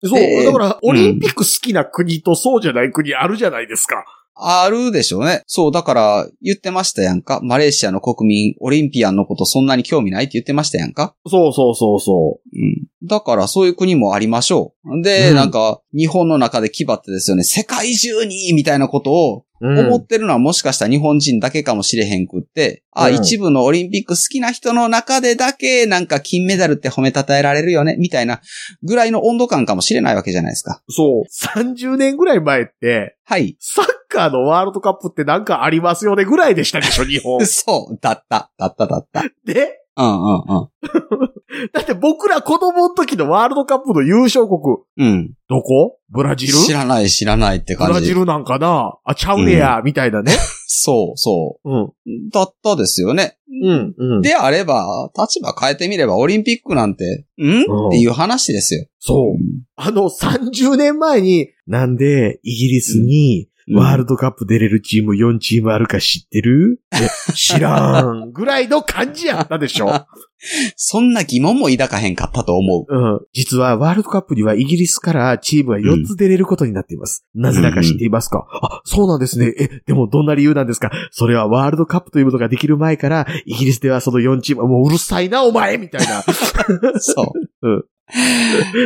Speaker 4: う。
Speaker 3: そう。
Speaker 4: で
Speaker 3: だから、オリンピック好きな国とそうじゃない国あるじゃないですか。
Speaker 4: あるでしょうね。そう、だから、言ってましたやんか。マレーシアの国民、オリンピアンのことそんなに興味ないって言ってましたやんか。
Speaker 3: そうそうそうそ
Speaker 4: うん。だから、そういう国もありましょう。で、
Speaker 3: うん
Speaker 4: なんか、日本の中で牙ってですよね、世界中に、みたいなことを、
Speaker 3: う。
Speaker 4: 思ってるのはもしかしたら日本人だけかもしれへんくって、あ、
Speaker 3: うん
Speaker 4: 一部のオリンピック好きな人の中でだけ、なんか金メダルって褒めたたえられるよね、みたいな、ぐらいの温度感かもしれないわけじゃないですか。
Speaker 3: そう。30年ぐらい前って、
Speaker 4: はい。。
Speaker 3: サッカーのワールドカップってなんかありますよねぐらいでしたでしょ、日本
Speaker 4: そう、だった、だった、だった。
Speaker 3: で、
Speaker 4: うんうん
Speaker 3: だって僕ら子供の時のワールドカップの優勝国、
Speaker 4: うん。うん。
Speaker 3: どこブラジル
Speaker 4: 知らない、知らないって
Speaker 3: ブ
Speaker 4: 感
Speaker 3: ラジ
Speaker 4: じ。
Speaker 3: ルなんかなあ、ちゃうねや、みたいなね。
Speaker 4: そう、そ
Speaker 3: うん。
Speaker 4: う。だったですよね。
Speaker 3: うん。うん。
Speaker 4: であれば、立場変えてみれば、オリンピックなんて、ん
Speaker 3: うん
Speaker 4: っていう話ですよ。
Speaker 3: そう。あの、30年前に、なんで、イギリスに、
Speaker 4: うん
Speaker 3: ワールドカップ出れるチーム4チームあるか知って るえ知らん。ぐらいの感じやったでしょ。
Speaker 4: そんな疑問も抱かへんかったと思う。
Speaker 3: うん。実はワールドカップにはイギリスからチームが4つ出れることになっています。なぜだか知っていますか、あ、そうなんですね。え、でもどんな理由なんですかそれはワールドカップというものができる前から、イギリスではその4チー ム、もううるさいな、お前みたいな。
Speaker 4: そう。
Speaker 3: うん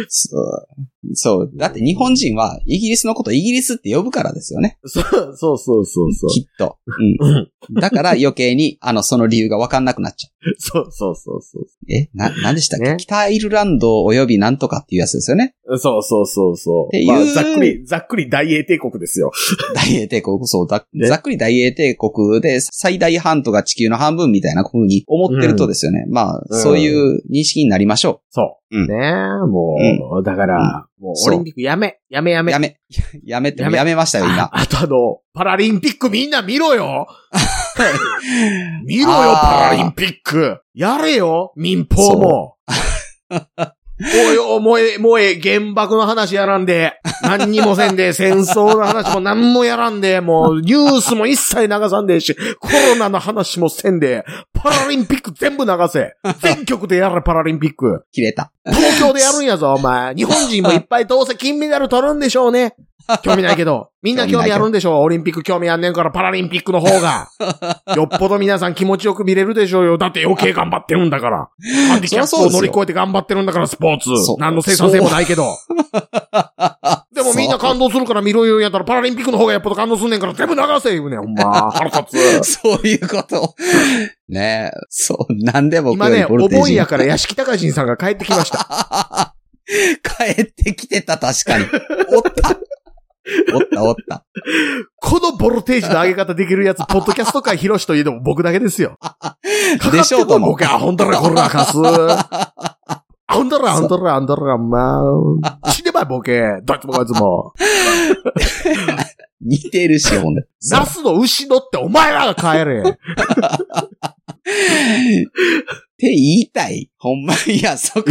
Speaker 4: そう。そう。だって日本人はイギリスのことイギリスって呼ぶからですよね。
Speaker 3: そうそうそうそうそう。
Speaker 4: きっと。うん。だから余計に、あの、その理由がわかんなくなっちゃ。
Speaker 3: そうそうそうそう
Speaker 4: え、な、なんでしたっけ、
Speaker 3: ね
Speaker 4: 北イルランド及びなんとかっていうやつですよね。
Speaker 3: う。そうそうそうそう。
Speaker 4: っていう
Speaker 3: まあ、ざっくり、ざっくり大英帝国ですよ。
Speaker 4: 大英帝国、そう、ざ
Speaker 3: ね
Speaker 4: ざっくり大英帝国で最大半島が地球の半分みたいな風に思ってるとですよね。まあ、
Speaker 3: うん
Speaker 4: そういう認識になりましょ
Speaker 3: そう。
Speaker 4: うん
Speaker 3: ねえ、もう、だから、もう
Speaker 4: そ
Speaker 3: オ
Speaker 4: う
Speaker 3: リンピックやめ、やめや
Speaker 4: う。
Speaker 3: め。
Speaker 4: やめ、やめって、
Speaker 3: やめ
Speaker 4: やめましたよ、
Speaker 3: あ
Speaker 4: 今。
Speaker 3: あとあの、パラリンピックみんな見ろ よ見ろよ、
Speaker 4: あー
Speaker 3: パラリンピックやれよ、民放も。おいおい、もうええ、もうええ、原爆の話やらんで、何にもせ んで、戦争の話も何もやらんで、もうニュースも一切流さんでえし、コロナの話もせんで、パラリンピック全部流せ。全局でやれ、パラリンピック。
Speaker 4: 切れた。
Speaker 3: 東京でやるんやぞ、お前。日本人もいっぱいどうせ金メダル取るんでしょ うね。興味ないけど。みんな興味あるんでしょう。オリンピック興味あんねんからパラリンピックの 方が。よっぽど皆さん気持ちよく見れるでしょうよ。だって余計頑張ってるんだから。ハンディキャップを乗り越えて頑張ってるんだから、スポーツ
Speaker 4: そう。
Speaker 3: 何の生産性もないけど。でもみんな感動するから見ろよやったらパラリンピックの方がやっぱ感動すんねんから全部流せ言うねん、ほんま。腹 立つ。
Speaker 4: そういうこと。ねえ。そう、なんで僕
Speaker 3: 今
Speaker 4: より
Speaker 3: ね、
Speaker 4: ボル
Speaker 3: お
Speaker 4: テー
Speaker 3: 盆
Speaker 4: ジ
Speaker 3: や
Speaker 4: が。
Speaker 3: から屋敷隆人さんが帰ってきました。
Speaker 4: 帰ってきてた、確かに。おった。 おった、おった。
Speaker 3: このボルテージの上げ方でき るやつ、ポッドキャスト界広しといえども僕だけですよ。かか
Speaker 4: で
Speaker 3: っ
Speaker 4: しょ
Speaker 3: て
Speaker 4: うと
Speaker 3: こい
Speaker 4: も
Speaker 3: ボケ、アホンダラ、コラ、カス。アンダラ、アンダラ、アンダラ、まあ、死ねばい、ボケ。どいつもこいつも。
Speaker 4: 似てるし、ほんで。そう
Speaker 3: ナスの牛のってお前らが 帰れ。
Speaker 4: って言いたい。ほんま、いや、そこ、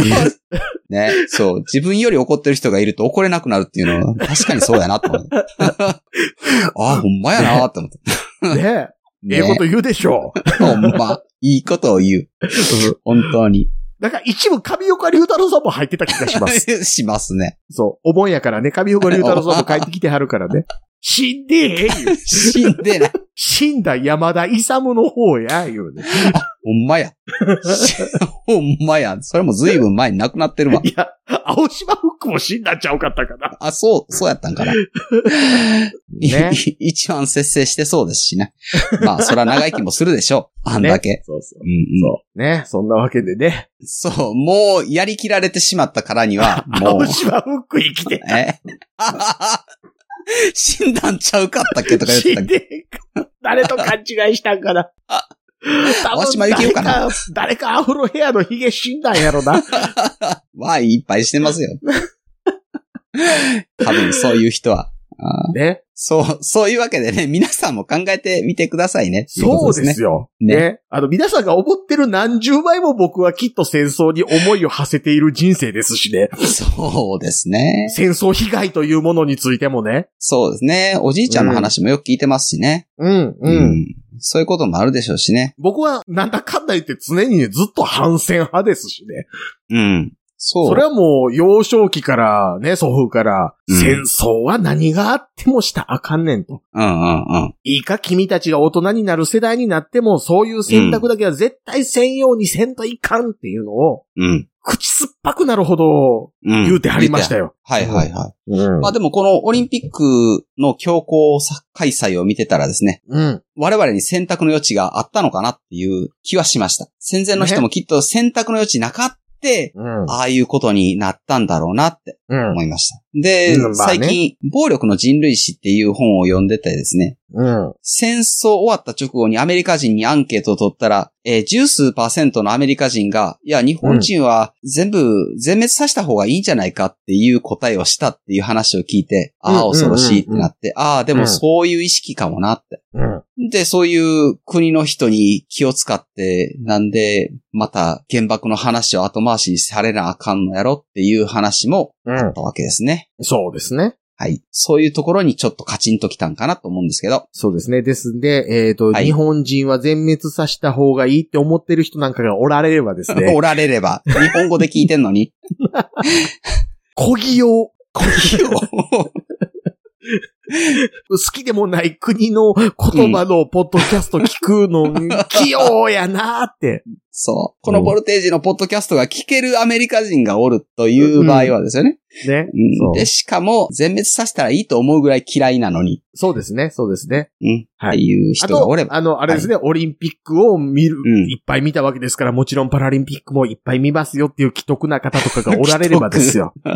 Speaker 4: ね、そう、自分より怒ってる人がいると怒れなくなるっていうのは、確かにそうやなと思 って。あ、ほんまやなって思って。
Speaker 3: ねえ。ええ
Speaker 4: ね
Speaker 3: こと言うでしょう。
Speaker 4: ほんま、いいことを言う。本当 に。
Speaker 3: なんか一部上岡龍太郎さんも入ってた気がします。
Speaker 4: します ね。
Speaker 3: そう。お盆やからね、上岡龍太郎さんも帰ってきてはるか らね。死んでええ言う、
Speaker 4: 死んでない。
Speaker 3: 死んだ山田勇の方や、言うね。
Speaker 4: ほん まや。しほんまや。それも随分前に亡くなって るわ。
Speaker 3: いや、青島フックも死んだんちゃうかったかな。
Speaker 4: あ、そう、そうやったんかな。
Speaker 3: ね
Speaker 4: 一番節制してそうですし ね。まあ、そら長生きもするでしょう。あんだけ。
Speaker 3: ねそうそう
Speaker 4: うんうん
Speaker 3: そう。ね、そんなわけでね。
Speaker 4: そう、もうやりきられてしまったからには、も
Speaker 3: 青
Speaker 4: う、
Speaker 3: 島フック生きて、
Speaker 4: え 死んだんちゃうかったっけとか言って
Speaker 3: 死
Speaker 4: た
Speaker 3: ん
Speaker 4: けど。
Speaker 3: で、誰と勘違いしたんかな。多
Speaker 4: 青島幸
Speaker 3: 誰
Speaker 4: 男かな
Speaker 3: か、誰かアフロヘアのヒゲ死んだんやろ な。
Speaker 4: ワインいっぱいしてますよ。多分そういう人は。あー
Speaker 3: ね。
Speaker 4: そう、そういうわけでね、皆さんも考えてみてくださいね。
Speaker 3: そう
Speaker 4: といこと
Speaker 3: ですよ。
Speaker 4: ね
Speaker 3: ねあの、皆さんが思ってる何十倍も僕はきっと戦争に思いを馳せている人生ですしね。
Speaker 4: すね。 そうですね。
Speaker 3: 戦争被害というものについてもね。
Speaker 4: そうですね。おじいちゃんの話もよく聞いてますしね。
Speaker 3: うん、
Speaker 4: う。そういうこともあるでしょうしね。
Speaker 3: 僕はなんだかんだ言って常にねずっと反戦派ですしね。
Speaker 4: うん。そう。
Speaker 3: それはもう幼少期からね、祖父から、
Speaker 4: うん
Speaker 3: 戦争は何があってもしたらあかんねんと。
Speaker 4: うんうんうん。
Speaker 3: いいか君たちが大人になる世代になっても、そういう選択だけは絶対せんようにせんといかんっていうのを、
Speaker 4: うん。
Speaker 3: 口酸っぱくなるほど
Speaker 4: うん。
Speaker 3: 言うてはりました
Speaker 4: よ。
Speaker 3: よ。
Speaker 4: はいはいはい。
Speaker 3: うん
Speaker 4: まあでもこのオリンピックの強行開催を見てたらですね、
Speaker 3: うん。
Speaker 4: 我々に選択の余地があったのかなっていう気はしました。戦前の人もきっと選択の余地なかって、
Speaker 3: うん。
Speaker 4: ああいうことになったんだろうなって
Speaker 3: うん
Speaker 4: 思いました。で、
Speaker 3: うんまあね
Speaker 4: 最近、暴力の人類史っていう本を読んでてですね、
Speaker 3: うん。
Speaker 4: 戦争終わった直後にアメリカ人にアンケートを取ったら、えー、十数パーセントのアメリカ人が、いや、日本人は全部全滅させた方がいいんじゃないかっていう答えをしたっていう話を聞いて、ああ、
Speaker 3: うんうんうんうん
Speaker 4: 恐ろしいってなって、ああ、で
Speaker 3: う
Speaker 4: も
Speaker 3: ん
Speaker 4: そういう意識かもなって。
Speaker 3: うん。
Speaker 4: で、そういう国の人に気を使って、なんで、また原爆の話を後回しにされなあかんのやろっていう話も
Speaker 3: うん
Speaker 4: あっ。たわけですね。
Speaker 3: そうですね。
Speaker 4: はい。そういうところにちょっとカチンときたんかなと思うんですけど。
Speaker 3: そうですね。ですんで、えっ、と、
Speaker 4: はい
Speaker 3: 日本人は全滅させた方がいいって思ってる人なんかがおられればです ね
Speaker 4: お、られれば。日本語で聞いてんの に。
Speaker 3: 小木を
Speaker 4: 好
Speaker 3: 好きでもない 国の言葉のポッドキャスト聞くの、器用やなーって。
Speaker 4: そう。このボルテージのポッドキャストが聞けるアメリカ人がおるという場合はですよね。
Speaker 3: ね
Speaker 4: うん。
Speaker 3: そう
Speaker 4: で、しかも、全滅させたらいいと思うぐらい嫌いなのに、
Speaker 3: そうですね、そうですね。
Speaker 4: うん。
Speaker 3: は
Speaker 4: って
Speaker 3: い。
Speaker 4: いう人
Speaker 3: あ
Speaker 4: がおれ
Speaker 3: と、
Speaker 4: ば。
Speaker 3: あの、あれですね、オリンピックを見る、
Speaker 4: うん
Speaker 3: いっぱい見たわけですから、もちろんパラリンピックもいっぱい見ますよっていう既得な方とかがおられればですよ。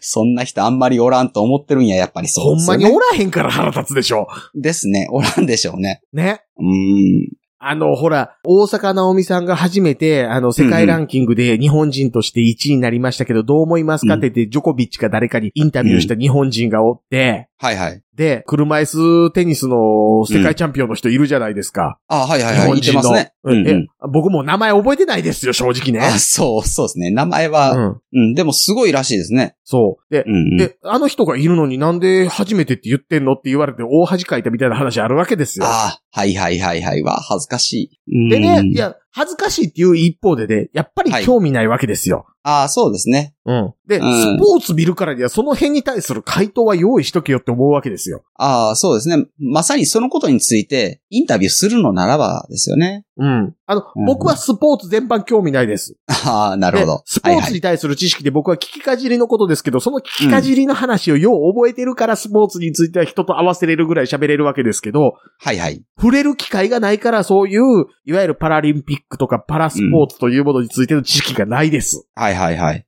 Speaker 4: そんな人あんまりおらんと思ってるんや、やっぱり そう
Speaker 3: ほ
Speaker 4: で
Speaker 3: ん
Speaker 4: す
Speaker 3: ま
Speaker 4: よ
Speaker 3: に
Speaker 4: ね。
Speaker 3: おらへんから腹立つでしょ。
Speaker 4: ですね。おらんでしょうね。
Speaker 3: ね。
Speaker 4: うーん。
Speaker 3: あの、ほら、大阪なおみさんが初めて、あの、世界ランキングで日本人として1位になりましたけど、どう思いますかって言って、ジョコビッチか誰かにインタビューした日本人がおって、
Speaker 4: はいはい。
Speaker 3: で、車椅子テニスの世界チャンピオンの人いるじゃないですか。
Speaker 4: あ、はいはい
Speaker 3: 日
Speaker 4: はい。
Speaker 3: 本
Speaker 4: 言って
Speaker 3: 人の。
Speaker 4: ますね。うんう
Speaker 3: え
Speaker 4: ん。
Speaker 3: 僕も名前覚えてないですよ、正直ね
Speaker 4: あ、。そう、そうですね。名前
Speaker 3: う
Speaker 4: は、
Speaker 3: ん。
Speaker 4: うん、でもすごいらしいですね。
Speaker 3: そう。で
Speaker 4: う、んうん。
Speaker 3: で、あの人がいるのになんで初めてって言ってんのって言われて大恥かいたみたいな話あるわけですよ。
Speaker 4: ああ、はいはいはいはいは、恥ずかしい。
Speaker 3: で
Speaker 4: う
Speaker 3: ね、
Speaker 4: ん
Speaker 3: いや、恥ずかしいっていう一方でね、やっぱり興味ないわけですよ。
Speaker 4: ああ、そうですね。
Speaker 3: うん。で、
Speaker 4: うん
Speaker 3: スポーツ見るからにはその辺に対する回答は用意しとけよって思うわけですよ。
Speaker 4: ああ、そうですね。まさにそのことについて、インタビューするのならばですよね。
Speaker 3: うん。あの、
Speaker 4: うん
Speaker 3: 僕はスポーツ全般興味ないです。
Speaker 4: ああ、なるほ
Speaker 3: で
Speaker 4: ど。
Speaker 3: スポー
Speaker 4: はい
Speaker 3: ツ
Speaker 4: はい
Speaker 3: に対する知識で僕は聞きかじりのことですけど、その聞きかじりの話をよう覚えてるから、スポーツについては人と合わせれるぐらい喋れるわけですけど、
Speaker 4: はいはい。
Speaker 3: 触れる機会がないからそういう、いわゆるパラリンピックとかパラスポーツというものについての知識がないです。
Speaker 4: はいはいはい。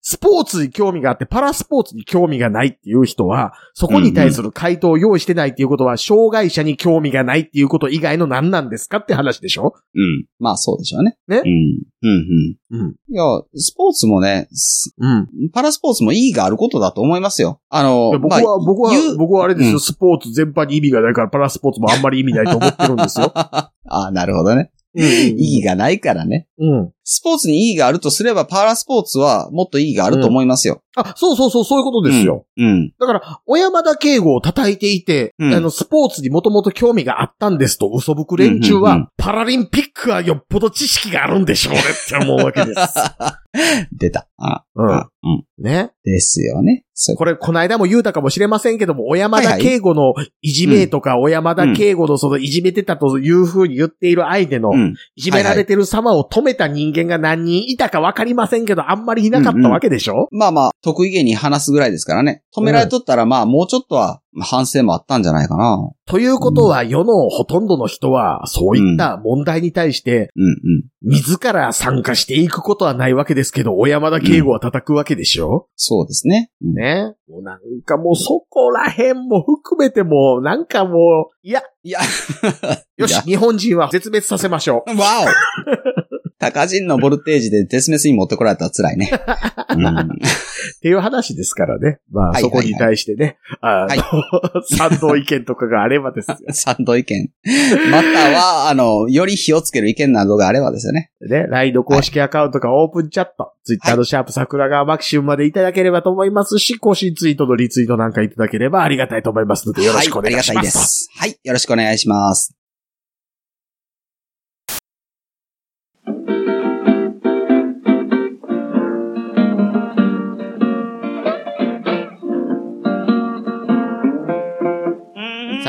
Speaker 3: スポーツに興味があって、パラスポーツに興味がないっていう人は、そこに対する回答を用意してないっていうことは、障害者に興味がないっていうこと以外の何なんですかって話でしょ
Speaker 4: うん。まあそうでしょうね。
Speaker 3: ね
Speaker 4: うん。うんうん。
Speaker 3: うん。
Speaker 4: いや、スポーツもね、す
Speaker 3: うん。
Speaker 4: パラスポーツも意義があることだと思いますよ。あの、
Speaker 3: 僕
Speaker 4: まあ
Speaker 3: は、僕
Speaker 4: 言
Speaker 3: は、
Speaker 4: う
Speaker 3: 僕はあれですよ、
Speaker 4: うん
Speaker 3: スポーツ全般に意味がないから、パラスポーツもあんまり意味ないと思ってるんで すよ。
Speaker 4: ああ、なるほどね。
Speaker 3: うん
Speaker 4: 意義がないからね。
Speaker 3: うん。
Speaker 4: スポーツに意義があるとすれば、パラスポーツはもっと意義があると思いますよ。
Speaker 3: あ、そうそうそう、そういうことですよ。
Speaker 4: うん。
Speaker 3: だから、小山田敬吾を叩いていて、
Speaker 4: うん
Speaker 3: あの、スポーツにもともと興味があったんですと嘘ぶく連中は、
Speaker 4: うんうんう
Speaker 3: パラリンピックはよっぽど知識があるんでしょうねって思う わけです。
Speaker 4: 出た。あ、
Speaker 3: うん
Speaker 4: あ。うん。
Speaker 3: ね。
Speaker 4: ですよね。そう
Speaker 3: これ、この間も言うたかもしれませんけども、小山田敬吾のいじめとか、小山田敬吾のそのいじめてたという風に言っている相手の
Speaker 4: う、ん。
Speaker 3: いじめられてる様を止めた人間が何人いたかわかりませんけど、あんまりいなかったわけでしょ
Speaker 4: まあまあ、得意げに話すぐらいですからね。止められとったら、まあ、もうちょっとは反省もあったんじゃないかな。
Speaker 3: ということは、世のほとんどの人は、そういった問題に対して、
Speaker 4: うんうん。
Speaker 3: 自ら参加していくことはないわけですけど、小山田敬吾は叩くわけでしょ
Speaker 4: そうですね。うん
Speaker 3: ね。もうなんかもうそこら辺も含めてもう、なんかもう、いや、
Speaker 4: いや、
Speaker 3: よ
Speaker 4: い
Speaker 3: し
Speaker 4: や、
Speaker 3: 日本人は絶滅させましょう。
Speaker 4: わお 高人のボルテージでデスメスに持ってこられたら辛いね。うん
Speaker 3: っていう話ですからね。まあ、
Speaker 4: はい
Speaker 3: そこに対してね、あ
Speaker 4: はい
Speaker 3: の、 賛同意見とかがあればですよ
Speaker 4: 賛同意見。または、あの、より火をつける意見などがあればですよね。
Speaker 3: ね。LINE の公式アカウントかオープンチャット、Twitter のシャープ桜川マキシムまでいただければと思いますし、更新ツイートのリツイートなんかいただければありがたいと思いますので、よろしくお願いし
Speaker 4: はありが
Speaker 3: ま。
Speaker 4: たいですす。はい、よろしくお願いします。